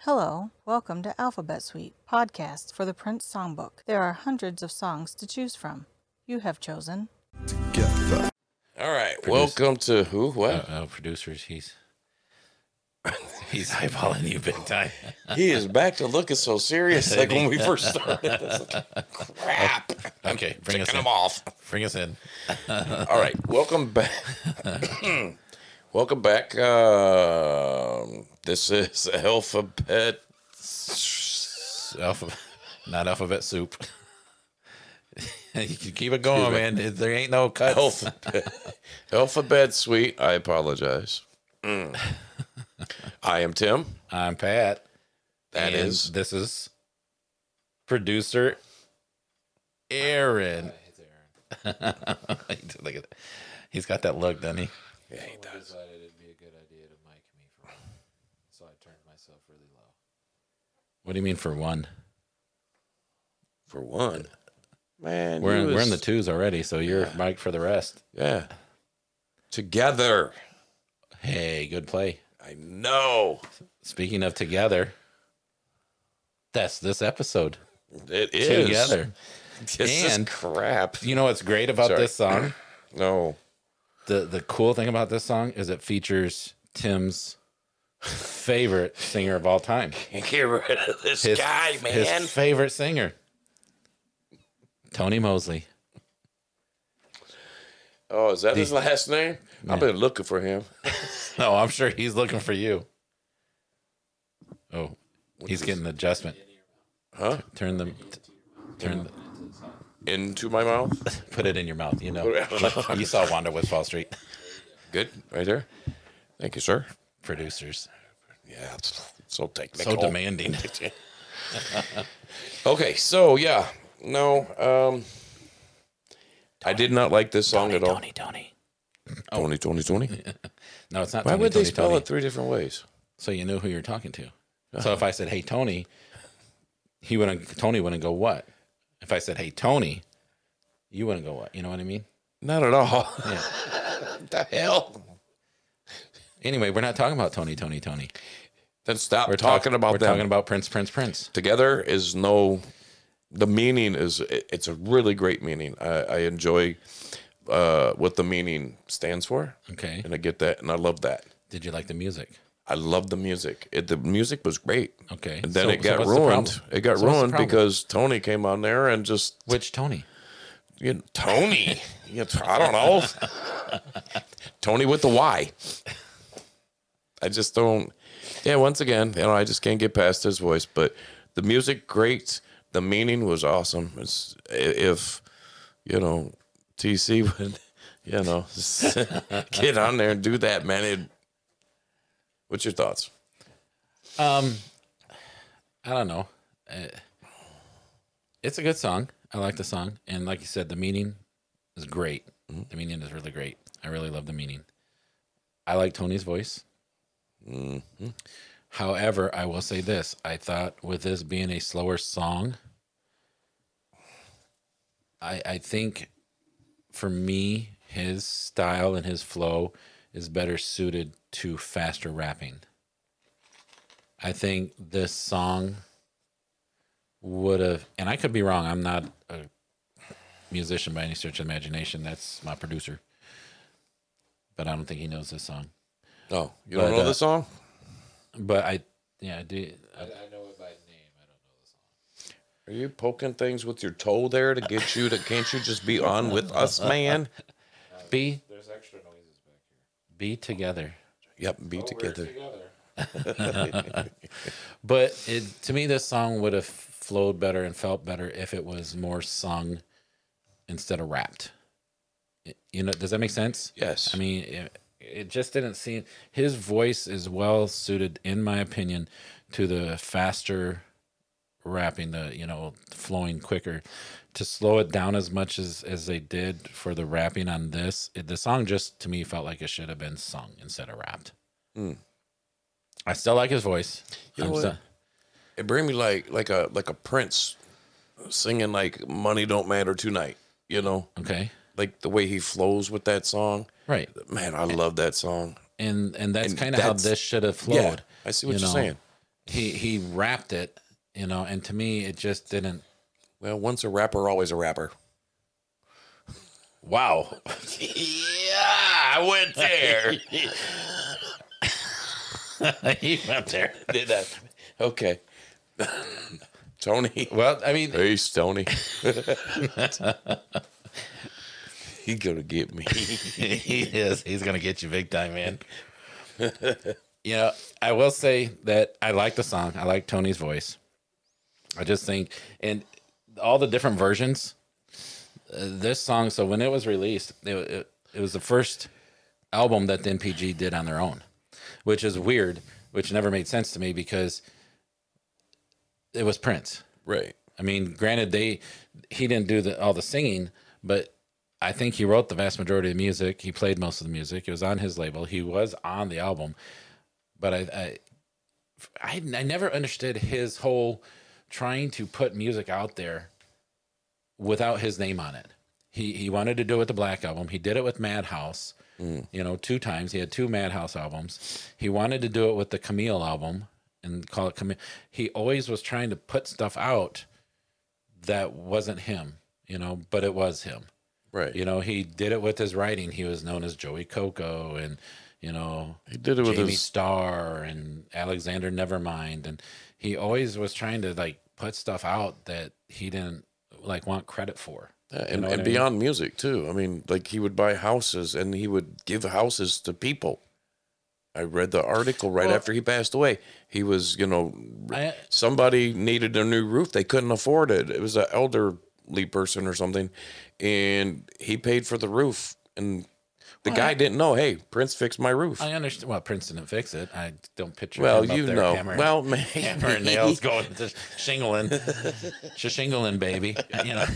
Hello, welcome to Alphabet Suite, podcast for the Prince Songbook. There are hundreds of songs to choose from. You have chosen. together. All right. Produced. Welcome to who? Uh, What? oh, producers, he's he's eyeballing you big time. he is back to looking so serious like when we first started. This. Crap. Okay, bring Taking us him in. off. Bring us in. All right. Welcome back. welcome back. Um this is Alphabet. Alpha, not alphabet soup. you can keep it going, me. man. There ain't no cuts. Alphabet, Alphabet Suite. I apologize. Mm. I am Tim. I'm Pat. That and is This is producer Aaron. Look at that. He's got that look, doesn't he? Yeah, he does. What do you mean for one? for one. Man, We're you in, we're in the was- twos already, so you're Mike for the rest. Yeah. Together. Hey, good play. I know. Speaking of together, that's this episode. It is. Together. This And- is crap. You know what's great about Sorry. this song? No. The the cool thing about this song is it features Tim's favorite singer of all time. Get rid of this His, guy, man. his favorite singer. Tony Mosley. oh, is that his last name? I've been looking for him. No, I'm sure he's looking for you. Oh, he's getting an adjustment. Huh? Turn the turn the, Into my mouth. put it in your mouth, you know. Like, you saw Wanda with Fall Street Good. Right there. Thank you, sir. producers. Yeah. It's so technical. So demanding. Okay. So, yeah. No. Um, I did not like this song at all. Oh. Tony, Tony. Tony, Tony, Tony. No, it's not. Why Tony, would they Tony, spell it Tony. Uh-huh. three different ways? So you knew who you're talking to. So if I said, "Hey Tony," he wouldn't. Tony wouldn't go what? If I said, "Hey Tony," you wouldn't go what? You know what I mean? Not at all. what the hell? Anyway, we're not talking about Tony, Tony, Tony. Then stop We're talking talk- about we're them. talking about Prince, Prince, Prince. together is no the meaning is it- it's a really great meaning i, I enjoy uh, what the meaning stands for Okay. and i get that and i love that Did you like the music? i love the music it, the music was great Okay. and then So- it so got what's the ruined problem? it got So what's the ruined problem? because tony came on there and just Which Tony? you know, tony you know, i don't know tony with the y i just don't yeah once again you know i just can't get past his voice but the music great the meaning was awesome it's, i- if you know tc would you know get on there and do that man it, what's your thoughts Um, I don't know. Uh, It's a good song. I like the song, and like you said, the meaning is great. The meaning is really great. I really love the meaning. I like Tony's voice. However, I will say this: I thought with this being a slower song, I I think for me his style and his flow is better suited to faster rapping. I think this song would have, and I could be wrong. I'm not a musician by any stretch of the imagination. That's my producer, but I don't think he knows this song. oh you don't But, know uh, the song But I, yeah, I do. are you poking things with your toe there to get you to can't you just be on with us man Be there's extra noises back here. Be together, yep be together but it to me this song would have flowed better and felt better if it was more sung instead of rapped. You know, does that make sense? yes I mean, it, it just didn't seem his voice is well suited, in my opinion, to the faster rapping, the you know, flowing quicker. To slow it down as much as as they did for the rapping on this, it, the song just to me felt like it should have been sung instead of rapped. I still like his voice. Hmm. You know I'm what? still- It bring me like like a like a Prince singing like "Money Don't Matter Tonight." You know, okay, like the way he flows with that song. right, Man, I love that song. and and that's And kind of how that's- this should have flowed. Yeah, I see what you you are know? saying. he he rapped it, you know, and to me it just didn't. Well, once a rapper, always a rapper. Wow, Yeah, I went there. he went there. Did that. Okay. Tony. Well, I mean, Peace, Tony. he gonna get me. he is. He's gonna get you big time, man. you know, I will say that I like the song. I like Tony's voice. I just think, and all the different versions. Uh, this song, so when it was released, it, it it was the first album that the MPG did on their own, which is weird, which never made sense to me because it was Prince. Right. I mean, granted, they he didn't do the, all the singing, but I think he wrote the vast majority of the music. He played most of the music. It was on his label. He was on the album, but I I, I, I never understood his whole trying to put music out there without his name on it. He he wanted to do it with the Black Album. He did it with Madhouse. You know, two times he had two Madhouse albums. He wanted to do it with the Camille album and call it Camille. He always was trying to put stuff out that wasn't him, you know, but it was him. Right. You know, he did it with his writing. He was known as Joey Coco and, you know, He did it with Jamie his Starr and Alexander Nevermind. And he always was trying to like put stuff out that he didn't like want credit for. Yeah, You Uh, and, know what I and mean? beyond music too. I mean, like he would buy houses and he would give houses to people. I read the article right Well- after he passed away. He was, you know, I- somebody needed a new roof. They couldn't afford it. It was an elderly person or something, and he paid for the roof. And the guy didn't know. Hey, Prince fixed my roof. I understand. Well, Prince didn't fix it. I don't picture. well, him up you there know. hammering- well, man, hammer and nails going to shingling, to shingling, baby. You know.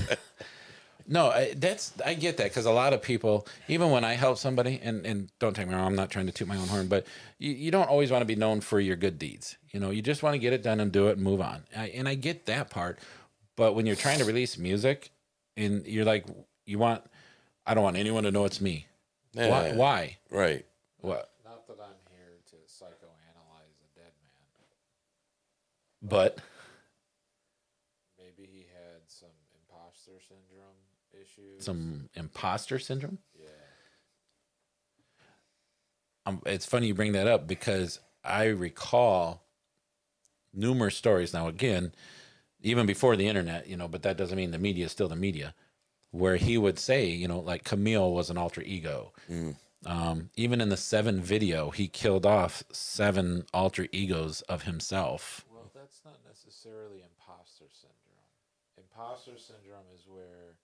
No, I, that's I get that because a lot of people, even when I help somebody, and and don't take me wrong, I'm not trying to toot my own horn, but you, you don't always want to be known for your good deeds. You know, you just want to get it done and do it and move on. I, and I get that part, but when you're trying to release music, and you're like, you want, I don't want anyone to know it's me. Why? Yeah. Why? Right. What? Not that I'm here to psychoanalyze a dead man. But Maybe he had some imposter syndrome issues. some imposter syndrome. Yeah. um, it's funny you bring that up because I recall numerous stories now again even before the internet you know but that doesn't mean the media is still the media where he would say you know like Camille was an alter ego um, even in the seven video he killed off seven alter egos of himself Well, that's not necessarily imposter syndrome. Imposter syndrome is where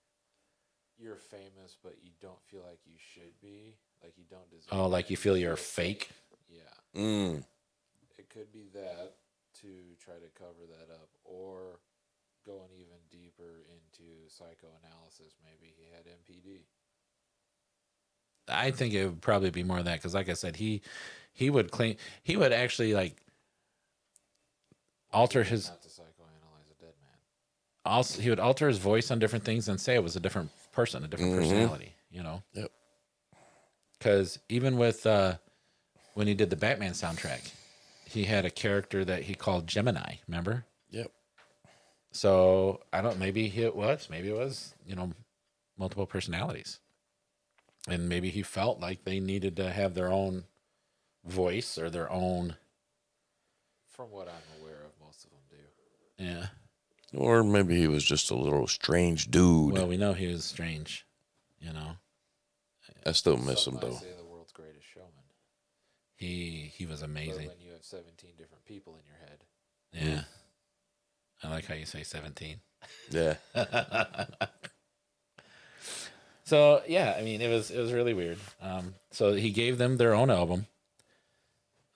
you're famous, but you don't feel like you should be. Like you don't deserve. oh like it. you feel you're fake Yeah, Mm. it could be that to try to cover that up, or going even deeper into psychoanalysis. Maybe he had MPD. I think it would probably be more of that because, like I said, he he would claim he would actually like alter his Not to psychoanalyze a dead man. also he would alter his voice on different things and say it was a different person, a different personality, you know. Yep. Cuz even with uh when he did the Batman soundtrack, he had a character that he called Gemini, remember? Yep. So, I don't maybe he it was, maybe it was, you know, multiple personalities. And maybe he felt like they needed to have their own voice or their own From what I'm aware of, most of them do. yeah. Or maybe he was just a little strange dude. Well, we know he was strange, you know. I still miss Some him might though. say the world's greatest showman. He he was But amazing. when you have 17 different people in your head, Yeah. I like how you say 17. Yeah. So, yeah, I mean, it was it was really weird. Um so he gave them their own album.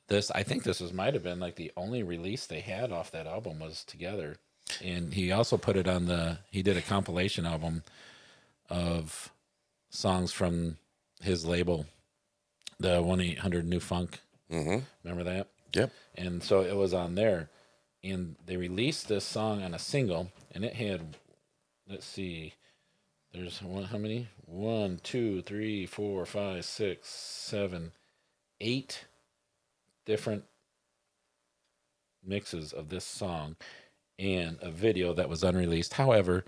This I think this was might have been like the only release they had off that album was together. And he also put it on the he did a compilation album of songs from his label, the 1-800 New Funk. Mm-hmm. Remember that? Yep. and so it was on there and they released this song on a single and it had let's see there's one how many one two three four five six seven eight different mixes of this song and a video that was unreleased. However,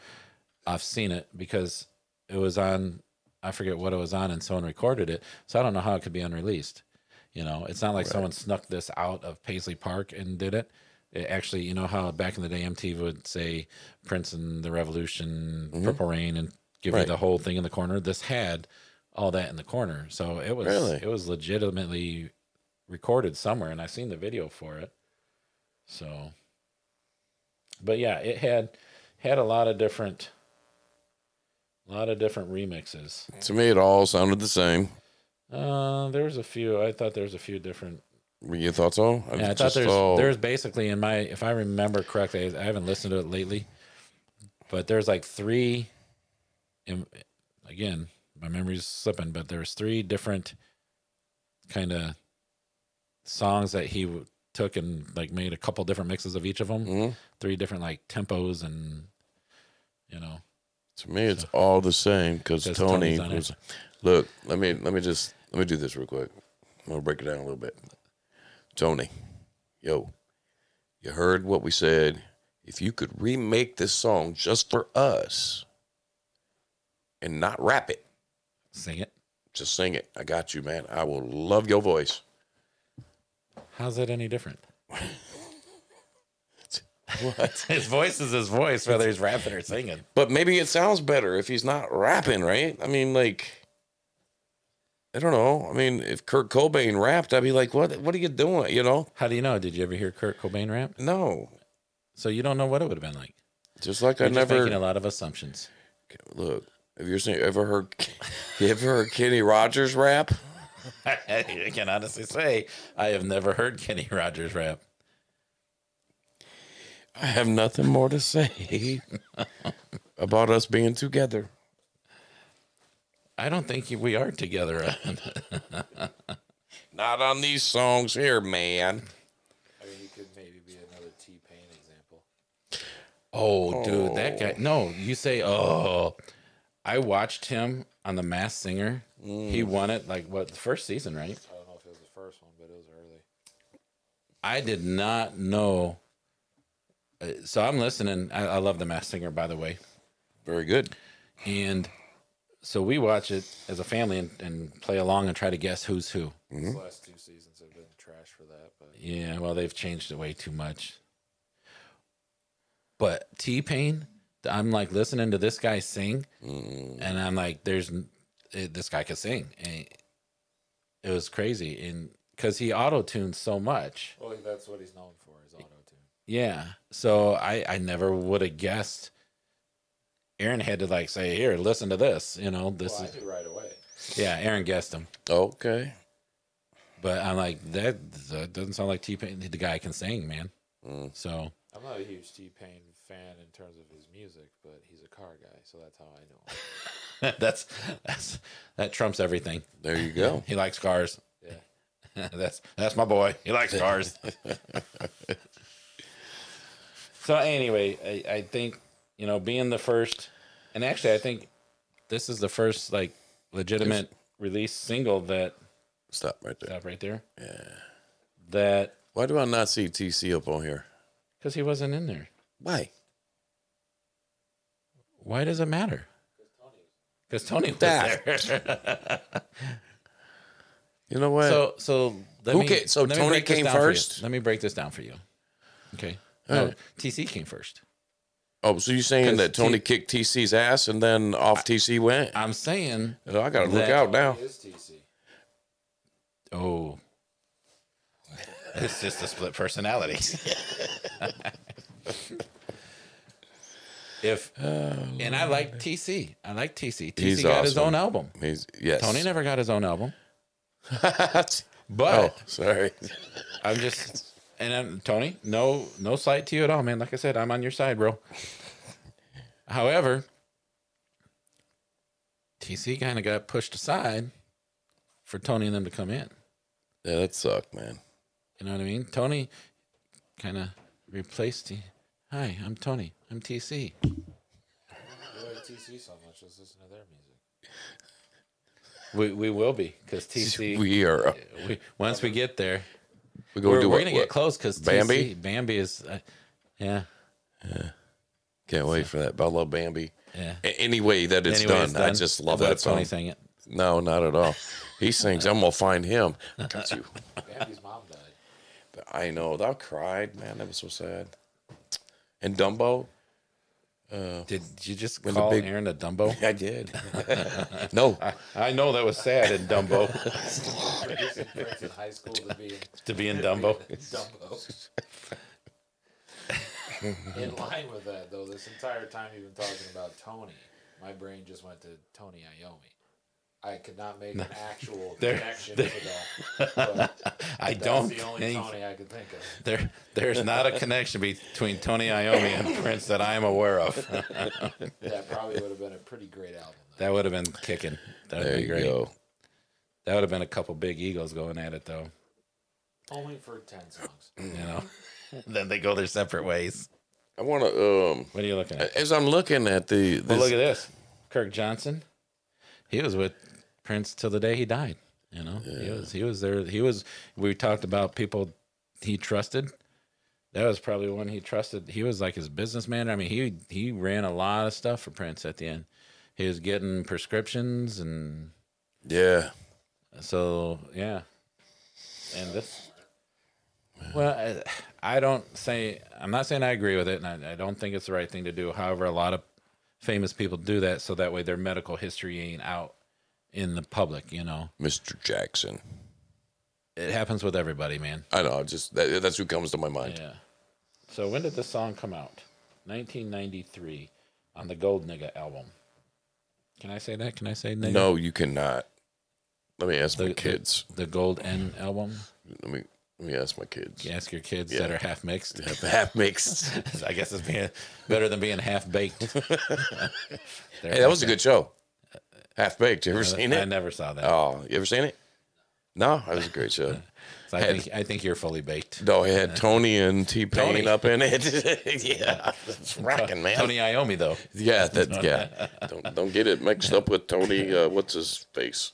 I've seen it because it was on I forget what it was on and someone recorded it. So I don't know how it could be unreleased. You know, it's not like someone snuck this out of Paisley Park and did it. It actually, you know how back in the day MTV would say Prince and the Revolution, Purple Rain and give you Mm-hmm. Right. the whole thing in the corner. This had all that in the corner. So it was Really? it was legitimately recorded somewhere and I seen the video for it. So but yeah, it had had a lot of different a lot of different remixes. To me, it all sounded the same. Uh, there was a few. I thought there was a few different. You thought so? Yeah, I thought just there's all- there's basically in my if I remember correctly, I I haven't listened to it lately, but there's like three. im- Again, my memory's slipping, but there's three different kind of songs that he w- took and like made a couple different mixes of each of them. Mhm. Three different like tempos and you know To me, it's all the same because 'Cause Tony Tony's on it. was. Look, let me let me just let me do this real quick. I'm gonna break it down a little bit. Tony, yo, you heard what we said. If you could remake this song just for us and not rap it, sing it. just sing it. I got you, man. I will love your voice. How's that any different? What? His voice is his voice, whether he's rapping or singing. but maybe it sounds better if he's not rapping, right? I mean, like, I don't know. I mean, if Kurt Cobain rapped, I'd be like, what? What are you doing? You know? How do you know? Did you ever hear Kurt Cobain rap? No, So you don't know what it would have been like. just like You're I just making a never lot of assumptions. look. Have you seen, ever heard? You ever heard Kenny Rogers rap? I can honestly say I have never heard Kenny Rogers rap. I have nothing more to say about us being together. I don't think we are together. Not on these songs here, man. I mean, he could maybe be another T Pain example. oh, dude, that guy. No, you say, oh, I watched him on The Masked Singer. He won it like what the first season, right? I don't know if it was the first one, but it was early. I did not know. Uh, So I'm listening. I, I love The Masked Singer, by the way. Very good. And so we watch it as a family and, and play along and try to guess who's who. His last two seasons have been trash for that, but Yeah, well, they've changed it way too much. But T Pain, I'm like listening to this guy sing, and I'm like, there's n- eh, this guy could sing. And it was crazy. And because he auto tunes so much. well, that's what he's known for is auto tune. Yeah. So I, I never would have guessed. Aaron had to like say, here, listen to this. You know, this Well, I is, knew right away. yeah, Aaron guessed him. Okay. But I'm like, that, that doesn't sound like T Pain. The guy can sing, man. So I'm not a huge T Pain fan in terms of his music, but he's a car guy, so that's how I know. Him. that's that's that trumps everything. There you go. He likes cars. Yeah. that's that's my boy. He likes cars. so anyway, I, I think you know being the first, and actually I think this is the first like legitimate release single that Stop right there. stop right there. Yeah. That Why do I not see TC up on here? because he wasn't in there. Why? Why does it matter? Because Tony was That. there. You know what? So so let Who me, ca- so let me Tony break this came down for you. first? Let me break this down for you. Okay. No, TC came first. oh, so you saying 'cause that Tony T- kicked TC's ass and then off TC went? I'm saying Oh, I gotta look that- out now. He is TC. oh it's just a split personalities. if and I like TC. I like TC. TC He's got his awesome. own album. He's yes. Tony never got his own album. oh, But sorry. I'm just and I'm, Tony, no no slight to you at all, man. Like I said, I'm on your side, bro. However, TC kind of got pushed aside for Tony and them to come in. Yeah, that sucked, man. You know what I mean? Tony kind of replaced T. Hi, I'm Tony. I'm TC. You like TC so much, let's listen to their music. We we will be because TC. We are. uh, we, once we get there, We go We're, do we're what? gonna get what? close because Bambi? Bambi is, uh, yeah, Can't wait for that. But I love Bambi. yeah. A- Any way that it's, Anyway, done, it's I just love Is that Tony song. sang it. No, not at all. He sings. I'm gonna find him. I got you. Bambi's mom died. I know. I cried, man. That was so sad. And Dumbo, Did you just Oh. the call big- Aaron a Dumbo? I did. no, I know that was sad in Dumbo Jason Prince in high school to be in to be in Dumbo. Dumbo. in line with that, though, this entire time you've been talking about Tony, my brain just went to Tony Iommi. I could not make an actual There- connection there- to that. But I that's don't the only think Tony I could think of. there there's not a connection between Tony Iommi and Prince that I am aware of. That probably would have been a pretty great album. That would have been kicking. That would there be you great. go. That would have been a couple big egos going at it though. Though. Only for ten songs. You know, Mm. then they go their separate ways. I want to. Um, What are you looking at? as I'm looking at the, this, Well, look at this. Kirk Johnson. He was with Prince till the day he died. You know, he was he was there. He was. We talked about people he trusted. That was probably one he trusted. He was like his business manager. I mean, he he ran a lot of stuff for Prince at the end. He was getting prescriptions and yeah, so yeah, and this. Well, I, I don't say I'm not saying I agree with it, and I, I don't think it's the right thing to do. However, a lot of famous people do that, so that way their medical history ain't out in the public. You know, Mr. Jackson. it happens with everybody, man. I know. Just that, that's who comes to my mind. Yeah. So when did this song come out? 1993 on the Gold Nigga album. Can I say that? Can I say nigga? No, you cannot. Let me ask my The- kids. The Gold N album. Let me let me ask my kids. You ask your kids that are half mixed. Half mixed. hey, I guess it's being better than being half baked. that was a good show. Half baked. You ever seen Uh, I it? never saw that. Oh, you ever seen it? No, that was a great show. So I think I think you're fully baked. No, it had Tony and T Pain Tony. up in it. yeah, it's rocking, man. Tony Iommi though. Yeah, that yeah. Don't don't get it mixed up with Tony. Uh, what's his face?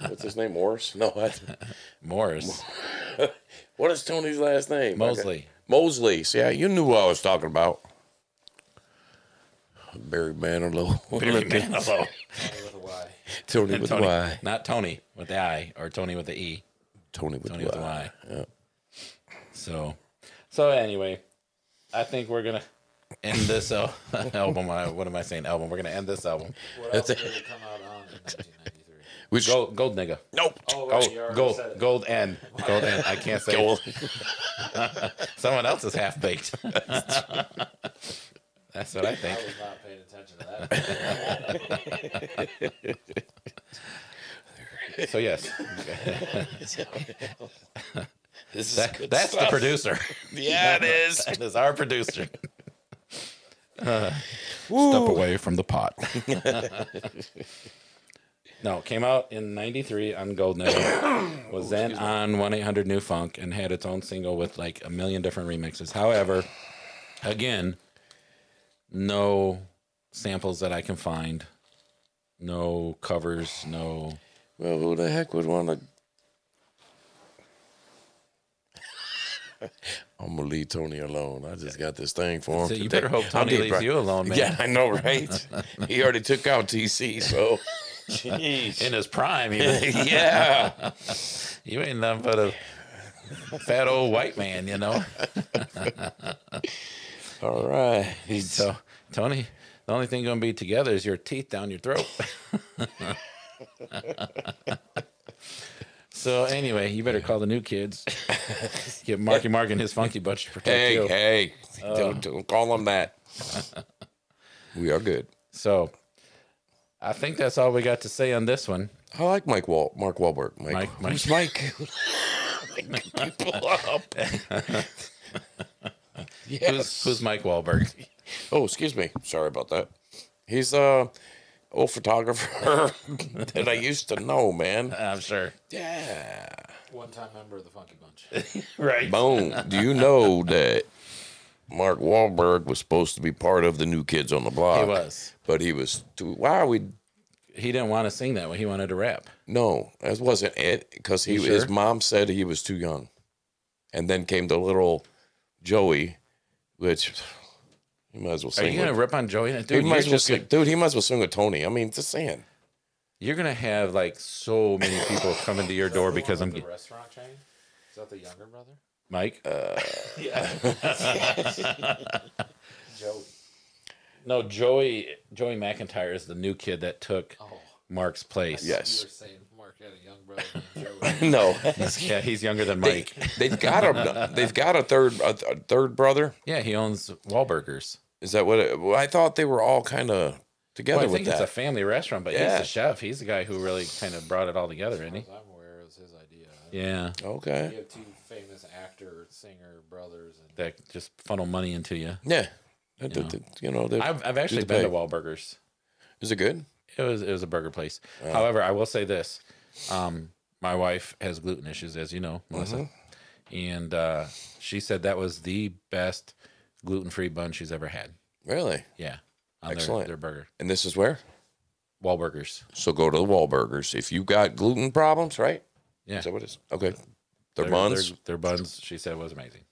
What's his name? Morris? No, I, Morris. what is Tony's last name? Mosley. Mosley. Yeah, you knew what I was talking about. Barry Manilow. Barry Manilow. Only with a Y. Tony with Tony. a Y. Not Tony with the I or Tony with the E. Tony with Tony a with y. the Y. So so anyway, I think we're gonna end this al- album. I- What am I saying? Album. We're gonna end this album. What else did it come out on in 1993? We should, Gold Gold nigga. nope. Oh, right, you Oh, already gold, said it. gold N, gold N. I can't say. Gold. Someone else is half baked. That's what I I think. was not paying attention to that. So yes, This is that, good that's the stuff. producer. Yeah, it is. That is our producer. Woo. away from the pot. no, came out in '93 on Gold Nugget. Was then on 1 800 New Funk and had its own single with like a million different remixes. However, again, no samples that I can find, no covers, no. Well, who the heck would want to? I'm gonna leave Tony alone. I just got this thing for him. So you today. better hope I Tony did, leaves bro. you alone, man. Yeah, I know, right? he already took out TC, so In his prime, even. yeah. you ain't nothing but a fat old white man, you know. All right. So, Tony, the only thing going to be together is your teeth down your throat. so, anyway, you better call the new kids. Get Marky Mark and his funky bunch to protect hey, you. Uh. hey, don't, don't call him that. we are good. So, I think that's all we got to say on this one. I like Mike Wal Mark Wahlberg. Mike, Mike- Mike. who's Mike? People up. yes. Who's, who's Mike Wahlberg? Oh, excuse me. Sorry about that. He's a old photographer that I used to know, man. I'm sure. Yeah. One-time member of the Funky Bunch. Right. Bone, do you know that Mark Wahlberg was supposed to be part of the New Kids on the Block? He was. But he was too. Why are we? He didn't want to sing that way. He wanted to rap. No, that wasn't it. Because he, You his sure? mom said he was too young. and then came the little Joey, which you might as well Are sing. you gonna with- rip on Joey? Dude, he you're, might as well just sing- gonna, dude, he might as well sing with Tony. I mean, just saying. you're gonna have like so many people coming to your door because I'm the restaurant chain. Is that the younger brother? Mike. Joey. no, Joey Joey McIntyre is the new kid that took Oh, Mark's place. Yeah. you Yes. were saying Mark had a young brother named Joey. No, yeah, he's younger than they, Mike. they've got a they've got a third a, th- a third brother. yeah, he owns Wahlburgers. Is that what? It, well, I thought they were all kind of Well, together I with think that. it's a family restaurant, but he's Yeah. the chef. He's the guy who really kind of brought it all together, isn't he? As I'm aware, it was his idea. Yeah, You okay. have two famous actor, singer, brothers, and that just funnel money into you. Yeah. You know, you know they- I've, I've actually the been to pay. Wahlburgers. is it good? It was it was a burger place. However, I will say this: um, my wife has gluten issues, as you know, Melissa, Mm-hmm. and uh, she said that was the best gluten-free bun she's ever had. Really? Yeah, on Excellent. Their, their burger, And this is where? Wahlburgers. So go to the Wahlburgers if you've got gluten problems, right? Yeah, Is that what it is? Okay. Their buns. their, their buns. She said was amazing.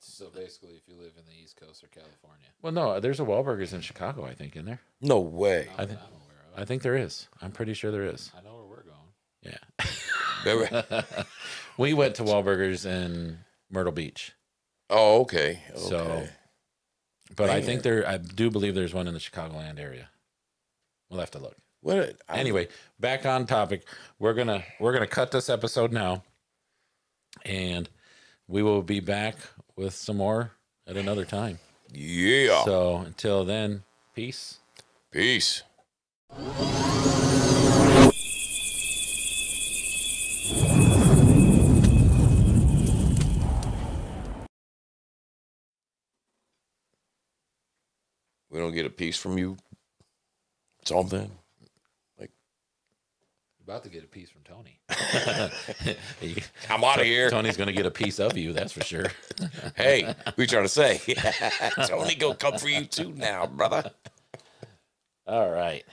so basically, if you live in the East Coast or California, Well, no, there's a Wahlburgers in Chicago, I think, in there. No way. I think- I'm aware of. I think there is. I'm pretty sure there is. I know where we're going. Yeah. There- We went to Wahlburgers in Myrtle Beach. oh, okay. Okay. So- But I think there I do believe there's one in the Chicagoland area. We'll have to look. what? a- I- Anyway, back on topic. We're going to we're going to cut this episode now. And we will be back with some more at another time. Yeah. So, until then, peace. Peace. We don't get a piece from you. Something. You're about to get a piece from Tony. I'm out of here. Tony's going to get a piece of you, that's for sure. Hey, what you trying to say? Tony gonna come for you too now, brother. All right.